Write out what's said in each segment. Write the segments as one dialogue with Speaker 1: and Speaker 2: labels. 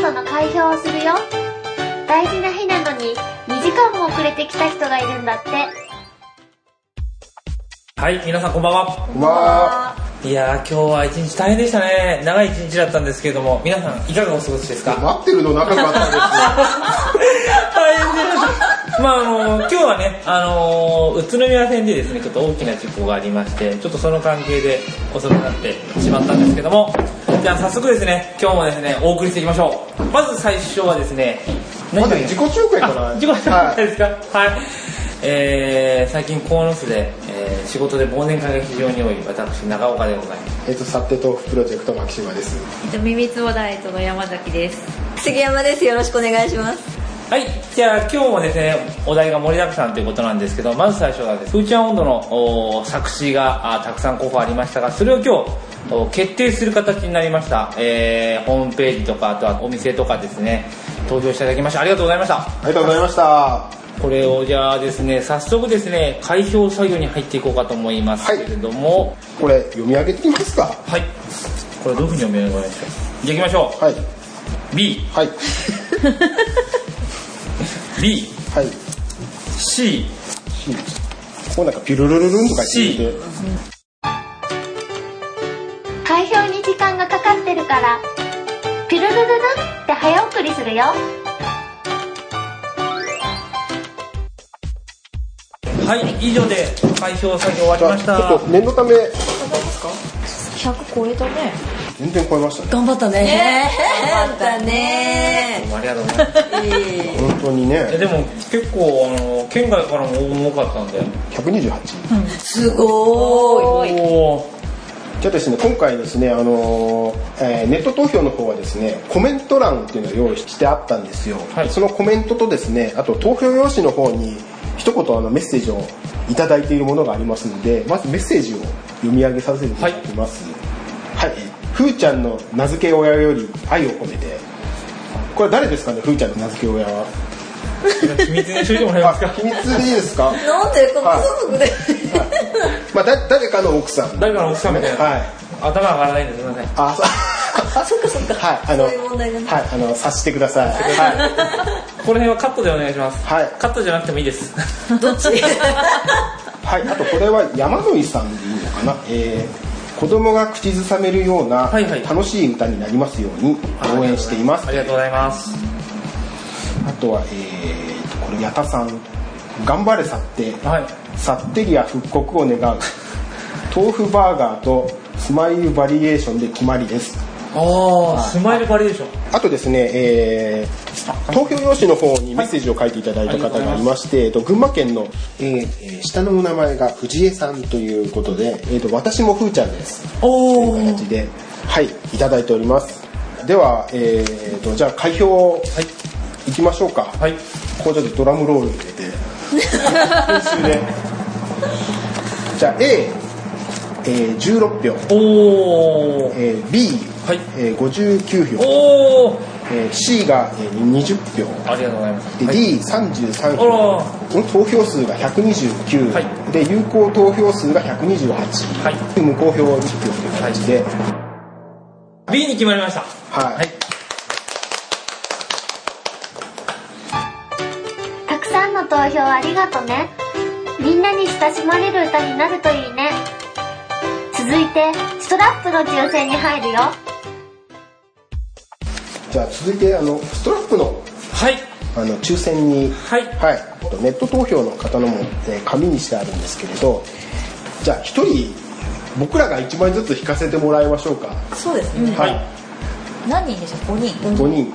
Speaker 1: 度の開票をするよ大事な日なのに2時間も遅れてきた人がいるんだって
Speaker 2: はい、皆さんこんばんは。
Speaker 3: うわ
Speaker 2: いやー、今日は一日大変でしたね。長い一日だったんですけれども、皆さんいかがお過ごしです
Speaker 3: ー
Speaker 2: か
Speaker 3: 待ってるのなかったで
Speaker 2: 大変でした。まああのー今日はね、あのー宇都宮線でですね、ちょっと大きな事故がありまして、ちょっとその関係で遅くなってしまったんですけども、じゃあ早速ですね、今日もですね、お送りしていきましょう。まず最初はですね、
Speaker 3: すよ。ま
Speaker 2: 何が
Speaker 3: だ
Speaker 2: いい
Speaker 3: 自己紹介から。
Speaker 2: あ自己紹
Speaker 3: は
Speaker 2: 介
Speaker 3: い
Speaker 2: ですかはい、えー、最近鴻巣で、えー仕事で忘年会が非常に多い私長岡でございます
Speaker 3: えっと、サテ豆腐プロジェクト牧島です。
Speaker 4: えっと、ミミツボダイトの山崎です。
Speaker 5: 杉山です。よろしくお願いします。
Speaker 2: はいじゃあ今日もですねお題が盛りだくさんということなんですけどまず最初はです「風ちゃん温度の」お作詞があたくさん候補ありましたがそれを今日お決定する形になりました、えー、ホームページとかあとはお店とかですね投票していただきましてありがとうございました
Speaker 3: ありがとうございました。は
Speaker 2: これをじゃあですね早速ですね開票作業に入っていこうかと思いますけれども、
Speaker 3: い。これ、読み上げてきますか
Speaker 2: はい。これどういうふうに読めるのでしょう。じゃあ行きましょ
Speaker 3: はい。
Speaker 2: う。B、
Speaker 3: はい。
Speaker 2: B、
Speaker 3: はい。
Speaker 2: C。
Speaker 3: こうなんかピュルルルルンとか言ってて。
Speaker 1: 開票に時間がかかってるからピルルルルルって早送りするよ
Speaker 2: はい、以上で開票作業終わりまし
Speaker 3: じゃあちょったと。念のため、
Speaker 4: 100超えたね。
Speaker 3: 全然超えましたね。
Speaker 4: 頑張った
Speaker 5: え
Speaker 4: ね。
Speaker 5: ー、またね
Speaker 2: どうもありがとうございます。
Speaker 5: ー。
Speaker 3: 本当に
Speaker 2: え
Speaker 3: ね、
Speaker 2: でも結構あの県外からも多かったんで。
Speaker 3: 128。
Speaker 5: すごーい。
Speaker 2: おお。
Speaker 3: じゃあですね、今回ですね、あのーえーネット投票の方はですね、コメント欄っていうのを用意してあったんですよ。
Speaker 2: はい
Speaker 3: そのコメントとですね、あと投票用紙の方に一言あのメッセージをいただいているものがありますので、まずメッセージを読み上げさせていただきます。はい。ふーちゃんの名付け親より愛を込めて。これ誰ですかね、ふーちゃんの名付け親は。
Speaker 2: 秘密にしといてもらえ
Speaker 3: あ
Speaker 2: ますか。
Speaker 3: 秘密でいいで すか。
Speaker 5: なんでこの家族で。
Speaker 3: まあ、だ誰かの奥さん。
Speaker 2: 誰かの奥さんみたいな。
Speaker 3: はい。
Speaker 2: 頭が上がらないんですいません。
Speaker 3: あ、 そそっかそっか。はい、あの、
Speaker 5: そういう問題なんだ
Speaker 3: はい、あの、察してください。は
Speaker 2: この辺はカットでお願いします。
Speaker 3: はい
Speaker 2: カットじゃなくてもいいです。
Speaker 5: どっち。
Speaker 3: い、はい、あとこれは山野井さんでいいのかな。えー、子供が口ずさめるような
Speaker 2: はいはい
Speaker 3: 楽しい歌になりますように応援しています。
Speaker 2: ありがとうございます。
Speaker 3: あとは、えーと、これ、矢田さん。頑張れ去って、
Speaker 2: はい。
Speaker 3: サッテリア復刻を願う。豆腐バーガーとスマイルバリエーションで決まりです。
Speaker 2: ああ、スマイルバリエーション。
Speaker 3: あとですね、えー投票用紙の方にメッセージを書いていただいた方がいまして、えっと群馬県の、えーえー下のお名前が藤江さんということで、えっと私もふーちゃんですと
Speaker 2: お
Speaker 3: いう形で、はい、いただいております。では、えー、とじゃあ開票を、い、きましょうか。
Speaker 2: はい。
Speaker 3: こうちょっとドラムロール入れて編集でじゃあ A、えー16票、
Speaker 2: おお。
Speaker 3: えー B、
Speaker 2: はい
Speaker 3: えー59票、
Speaker 2: おお。
Speaker 3: えー C が、えー20票。
Speaker 2: ありがとうございます。
Speaker 3: で、
Speaker 2: はい
Speaker 3: D33
Speaker 2: あ
Speaker 3: 票
Speaker 2: ら
Speaker 3: 投票数が129、
Speaker 2: はい
Speaker 3: で有効投票数が128、
Speaker 2: はい
Speaker 3: 無効票10票という形で、
Speaker 2: B に決まりました。
Speaker 3: はい
Speaker 2: はい。
Speaker 1: たくさんの投票ありがとねみんなに親しまれる歌になるといいね続いてストラップの抽選に入るよ
Speaker 3: じゃあ続いてあのストラップの
Speaker 2: はい。
Speaker 3: あの抽選に、
Speaker 2: はい
Speaker 3: ネット投票の方のも、えー紙にしてあるんですけれどじゃあ1人僕らが1枚ずつ引かせてもらいましょうか、
Speaker 5: そうですね。
Speaker 3: はい
Speaker 4: 何人でしょう ?5 人。
Speaker 3: 5人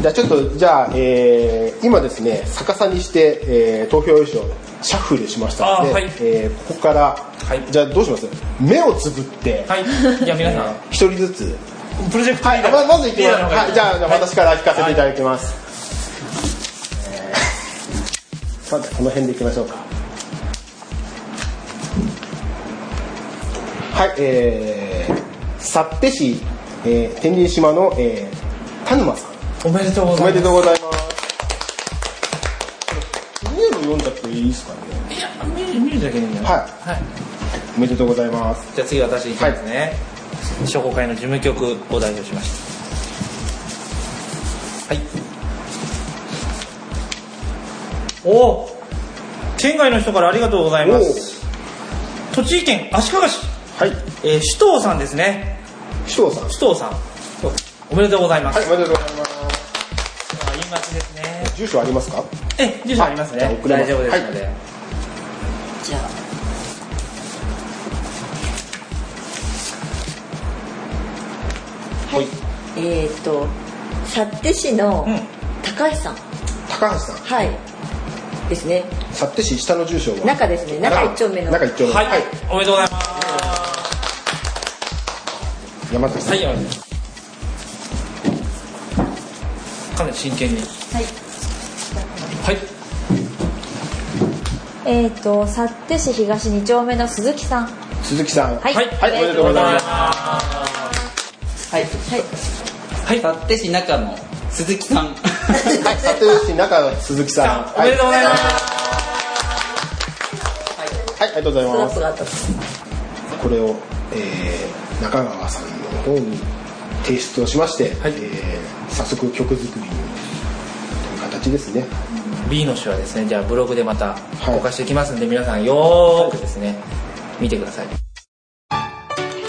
Speaker 3: じゃあちょっとじゃあ、えー今ですね逆さにして、えー投票用紙をシャッフルしましたので、
Speaker 2: あーはい
Speaker 3: えーここから、
Speaker 2: い
Speaker 3: じゃあどうします目をつぶって一、
Speaker 2: はい。じゃあ皆さ ん、
Speaker 3: 人ずつ
Speaker 2: プロジェクト
Speaker 3: はいままずいきます、
Speaker 2: リーダーの方
Speaker 3: はい、じゃあじゃあ
Speaker 2: はい
Speaker 3: 私から聞かせていただきます、えーまずこの辺でいきましょうかはいえー、幸手市、えー、天神島の、えー、田沼さん
Speaker 2: おめでとうご
Speaker 3: お
Speaker 2: ざ
Speaker 3: め
Speaker 2: い
Speaker 3: で
Speaker 2: ます。
Speaker 3: とうございます。ニュー読んじゃっていいですかね。
Speaker 2: 見る見るだけでいいんだよ
Speaker 3: はい
Speaker 2: はい。
Speaker 3: おめでとうございます。
Speaker 2: じゃあ次私いきますね。商工会の事務局を代表しましはいおー県外の人からありがとうございます栃木県足利市、
Speaker 3: は
Speaker 2: え
Speaker 3: い
Speaker 2: ー、首藤さんですね
Speaker 3: 首藤さん
Speaker 2: 首藤さんそうおめでとうございます、
Speaker 3: はい
Speaker 2: い、
Speaker 3: おめでとうございます
Speaker 2: 言い待ちですね
Speaker 3: 住所ありますか
Speaker 2: え住所ありますね、
Speaker 3: はいじゃあ送れま
Speaker 2: 大
Speaker 3: す
Speaker 2: 丈夫ですので、
Speaker 5: じゃあ
Speaker 2: はい
Speaker 5: えっ、ー、と幸手市の
Speaker 2: うん
Speaker 5: 高橋さん、
Speaker 3: 高橋さん
Speaker 5: はいですね
Speaker 3: 幸手市下の住所は
Speaker 5: 中ですね中一丁目の
Speaker 3: 中一丁目
Speaker 2: はい、
Speaker 3: はい
Speaker 2: おめでとうございます
Speaker 3: 山崎さ
Speaker 2: は
Speaker 3: ん
Speaker 2: いお願いしますかなり真剣に
Speaker 4: はい
Speaker 2: はい
Speaker 4: えっ、ー、と幸手市東2丁目の鈴木さん
Speaker 3: 鈴木さん
Speaker 4: はい
Speaker 2: はい
Speaker 3: はいおめでとうございます
Speaker 6: はい。
Speaker 5: はい
Speaker 2: はい
Speaker 6: 幸手市中の鈴木さん。
Speaker 3: はい幸手市中の鈴木さん
Speaker 2: お
Speaker 3: は
Speaker 2: め
Speaker 3: い
Speaker 2: でとうございます、
Speaker 3: はいありがとうござい
Speaker 5: スナ
Speaker 3: ま
Speaker 5: ッ
Speaker 3: す
Speaker 5: プがあった
Speaker 3: これを、えー中川さんの方に提出をしまして、
Speaker 2: はい
Speaker 3: えー早速曲作りにという形ですね
Speaker 2: B の手はですねじゃあブログでまた
Speaker 3: い
Speaker 2: 公開していきますんで、皆さんよーくですね見てください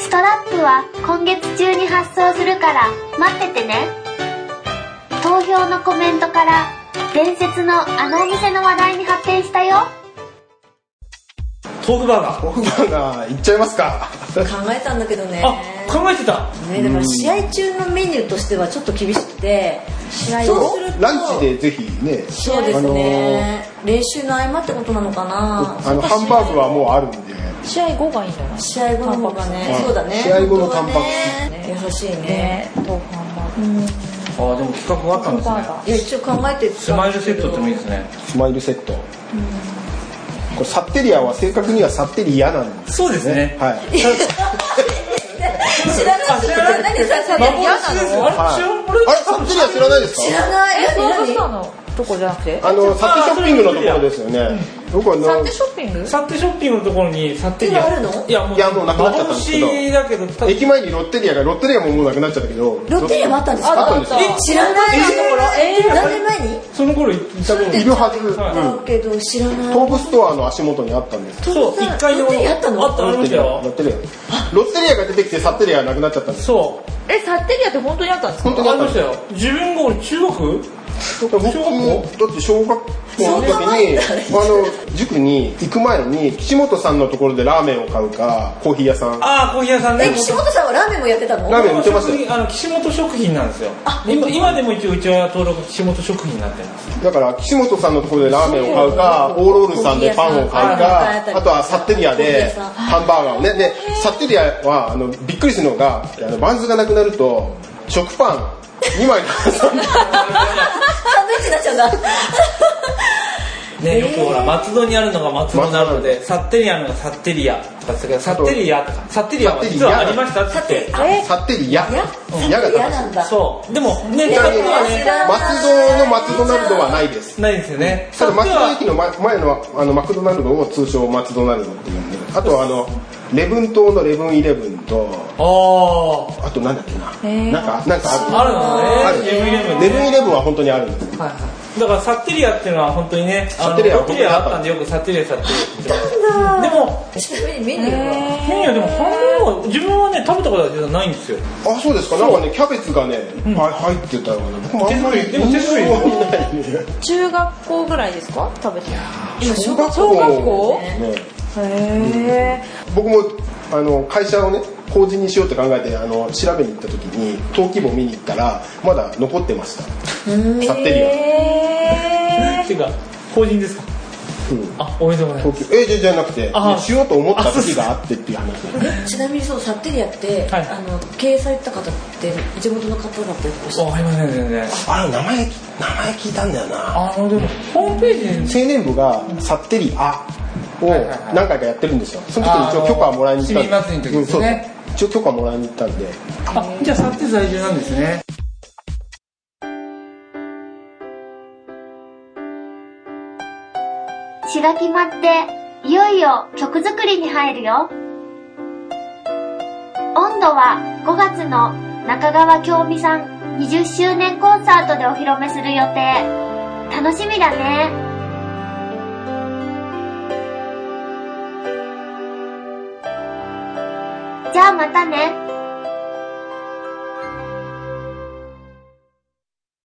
Speaker 1: ストラップは今月中に発送するから待っててね投票のコメントから伝説のあのお店の話題に発展したよ
Speaker 2: 豆腐バーガー
Speaker 3: 豆腐バーガーいっちゃいますか
Speaker 5: 考えたんだけどね
Speaker 2: あ考えてた
Speaker 5: ねだから試合中のメニューとしてはちょっと厳しくてそうすると
Speaker 3: ランチでぜひね
Speaker 5: そうですね、練習の合間ってことなのか
Speaker 3: あ
Speaker 5: な
Speaker 3: のあのハンバーグはもうあるんで
Speaker 4: 試合後がいいんじゃない
Speaker 5: 試合後の方がね、
Speaker 3: うん
Speaker 5: そうだね
Speaker 3: 試合後のタンパク
Speaker 5: 質、ね優しいね
Speaker 4: ね豆腐ハンバーグ
Speaker 2: ああでも企画があったんです
Speaker 4: バ
Speaker 2: ね
Speaker 4: ーガー
Speaker 5: いや一応考えて
Speaker 2: スマイルセットってもいいですね
Speaker 3: スマイルセット、これサッテリアは正確にはサッテリアなんです
Speaker 2: そうですね
Speaker 3: はい
Speaker 5: 知らない知らない何ささ
Speaker 2: 幻ですよあれ
Speaker 3: はい
Speaker 2: 知らん
Speaker 3: あれサッテリア知らないですか
Speaker 5: 知らない
Speaker 4: え
Speaker 5: 何
Speaker 4: 豆腐スター
Speaker 5: 何
Speaker 4: のとこじゃなくて
Speaker 3: あのサッテショッピングのところですよね、僕はな
Speaker 4: 幸手ショッピング
Speaker 2: サッテショッピングのところにサッテリア
Speaker 5: 今あるの
Speaker 2: いやもう
Speaker 3: いやもうなくなっちゃったんですけど
Speaker 2: 幻だけど多分
Speaker 3: 駅前にロッテリアがロッテリアももうなくなっちゃったけど
Speaker 5: ロッテリアもあったんですか
Speaker 3: あったんですよ
Speaker 2: え
Speaker 5: 知らないなところ
Speaker 2: えー
Speaker 5: 何年前に
Speaker 2: その頃行った頃
Speaker 3: いるはず、
Speaker 2: はい
Speaker 3: うん
Speaker 5: だけど知らない
Speaker 3: 東武ストアの足元にあったんです
Speaker 2: そう
Speaker 5: さん
Speaker 2: 一回でも
Speaker 5: ロッテリアあったの
Speaker 2: あったありました
Speaker 3: ロッ
Speaker 2: よ
Speaker 3: テリアロッテリアが出てきてサッテリアがなくなっちゃったんです
Speaker 2: そう
Speaker 4: えサッテリアって本当にあったんですか
Speaker 3: 本当に
Speaker 2: あ
Speaker 3: あっ
Speaker 2: り
Speaker 3: たん
Speaker 2: ま
Speaker 3: で
Speaker 2: し
Speaker 3: す
Speaker 2: たよ自分が俺中学
Speaker 3: 僕だって小学校の時にあの塾に行く前に岸本さんのところでラーメンを買うかコーヒー屋さんラ
Speaker 2: ああコーヒー屋さんね
Speaker 5: え岸本さんはラーメンもやってたの
Speaker 3: ーメン売ってましたよ
Speaker 2: あの岸本食品なんですよ
Speaker 5: あ
Speaker 2: 今今でも一応うちは登録岸本食品になってます
Speaker 3: だから岸本さんのところでラーメンを買うかオーロールさんでパンを買う
Speaker 5: コーヒー屋さん
Speaker 3: かあとはサッテリアで
Speaker 5: コーヒー屋さん
Speaker 3: ハンバーガーをねでサッテリアはあのびっくりするのがあのバンズがなくなると食パン2枚 挟んで
Speaker 5: サンドイッチになっちゃうんだ
Speaker 2: ねよくほら松戸にあるのが松戸なのでサッテリアのがサッテリアとかですけどサッテリアとかサッテリアは実はありましたっつって
Speaker 5: あ
Speaker 4: え
Speaker 3: サッテリア
Speaker 5: や
Speaker 3: ヤが正
Speaker 5: 嫌
Speaker 3: しい
Speaker 5: なんだ
Speaker 2: そうでもね
Speaker 5: い
Speaker 2: 使
Speaker 5: や
Speaker 2: っ
Speaker 5: い
Speaker 2: て
Speaker 5: や
Speaker 2: はいね
Speaker 5: や
Speaker 3: 松戸のマクドナルドはないです
Speaker 2: ないですよね
Speaker 3: ただ
Speaker 2: 使っ
Speaker 3: 松
Speaker 2: て
Speaker 3: 戸
Speaker 2: は
Speaker 3: 駅の前前のあのマクドナルドを通称マクドナルドっていうんであとはあのレブン島のレブンイレブンと
Speaker 2: あ
Speaker 3: あとなんだっけな、
Speaker 4: ー
Speaker 3: なんかなんかある
Speaker 2: ああるのねレブンイレブンね
Speaker 3: レブンイレブンは本当にあるんです
Speaker 2: あはいだからサッテリアっていうのは本当にねあの
Speaker 3: サッテリア
Speaker 2: サッ
Speaker 3: は
Speaker 2: テリアあったんでよくサッテリアサッテリアでも
Speaker 5: ちなみにメニューは
Speaker 2: メニューでもハンバーガー自分はね食べたことは実はないんですよ
Speaker 3: あそうですかなんかねキャベツがね、いっぱい入ってたような僕もあんまり
Speaker 2: 手作りでも手作り
Speaker 3: 印象にないね
Speaker 4: 中学校ぐらいですか食べて
Speaker 5: 今小
Speaker 3: 学
Speaker 4: 小学校
Speaker 3: ね
Speaker 4: へえ
Speaker 3: 僕もあの会社をね法人にしようって考えてあの調べに行った時に登記簿見に行ったらまだ残ってましたサッテリア
Speaker 2: っていうか法人ですか
Speaker 3: うん
Speaker 2: あおめでとうございます
Speaker 3: 東京えじゃなくて
Speaker 2: あ
Speaker 3: しようと思った時があってっていう話
Speaker 5: ちなみにそうサッテリアって、
Speaker 2: はい
Speaker 5: あの経営されてた方って地元の方だったりとかして
Speaker 2: わかりません全然
Speaker 3: あの名前名前聞いたんだよな
Speaker 2: あのでもホームページ
Speaker 3: 青年部がサッテリアを
Speaker 2: はいはいはい
Speaker 3: 何回かやってるんですよその時に一応許可はもらいに行った
Speaker 2: あ
Speaker 3: ん
Speaker 2: の市民祭りの時ですね
Speaker 3: うんそうそう一応許可もらいに行ったんで
Speaker 2: あじゃあサッテ在住なんですね
Speaker 1: 詩が決まっていよいよ曲作りに入るよ温度は5月の中川京美さん20周年コンサートでお披露目する予定楽しみだねじゃあまたね